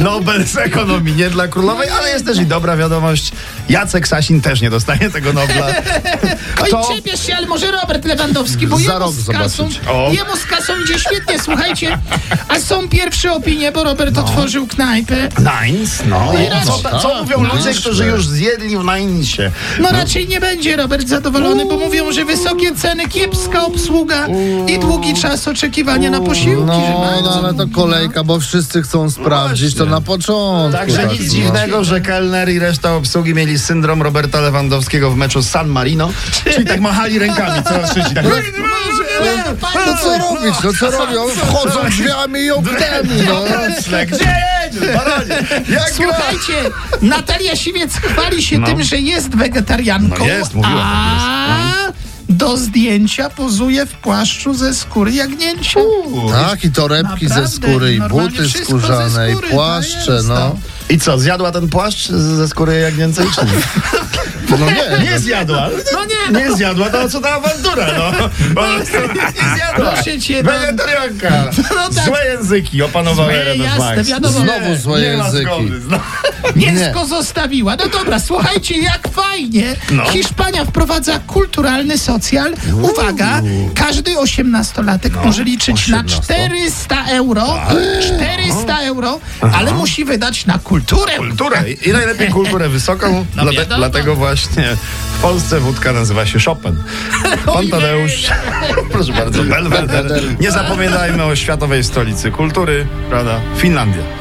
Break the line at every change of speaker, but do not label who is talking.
Nobel z ekonomii nie dla królowej, ale jest też i dobra wiadomość. Jacek Sasin też nie dostanie tego Nobla.
Oj,
Kto?
czepiesz się, ale może Robert Lewandowski, bo
Za
jemu
rok
z, kasą,
zobaczyć.
O.
jemu z kasą idzie świetnie, słuchajcie. A są pierwsze opinie, bo Robert
No.
otworzył knajpę.
Nines, no.
No,
Co, ta, co
tak,
mówią ludzie,
proszę.
którzy już zjedli w Ninesie?
No raczej nie będzie Robert zadowolony, bo mówią, że wysokie ceny, kiepska obsługa i długi czas oczekiwania na posiłki. że
No,
bardzo No
no ale to kolejka, bo wszyscy chcą sprawdzić to na początku.
Także
tak,
nic
no.
dziwnego, że kelner i reszta obsługi mieli syndrom Roberta Lewandowskiego w meczu z San Marino. Czyli tak machali rękami coraz szybciej. Tak.
No co robić, no co robią? Wchodzą drzwiami i oknami, no.
Ręczle, Gdzie jedziesz? Baronie? Jak gra?
Słuchajcie, Natalia Siwiec chwali się
No.
tym, że jest wegetarianką,
No jest, mówiła,
a do zdjęcia pozuje w płaszczu ze skóry jagnięcia.
Tak, i torebki ze
Naprawdę,
skóry, i
normalnie
buty
wszystko ze
skórzane, i
skóry,
płaszcze,
to jest,
no.
I co, zjadła ten płaszcz ze skóry jak więcej? Czy nie?
No nie,
nie zjadła.
No nie,
Nie zjadła, to co ta awantura, no. Bo nie zjadła.
Proszę cię, no.
Wegetarianka.
No tak.
Złe języki opanowały
Złe,
Erenę
jasne,
Max.
wiadomo.
Znowu złe
nie ma
języki.
zgody, znowu.
Mięsko zostawiła. No dobra, słuchajcie, jak fajnie.
No.
Hiszpania wprowadza kulturalny socjal. Uwaga, każdy osiemnastolatek może liczyć na 400 euro. 400 euro, ale musi wydać na kulturę.
Kulturę. I i najlepiej kulturę wysoką. Dlate,
wiadomo.
dlatego właśnie w Polsce wódka nazywa się Chopin. Pan Tadeusz. Proszę bardzo, Belweder. Nie zapominajmy o światowej stolicy kultury, prawda? Finlandia.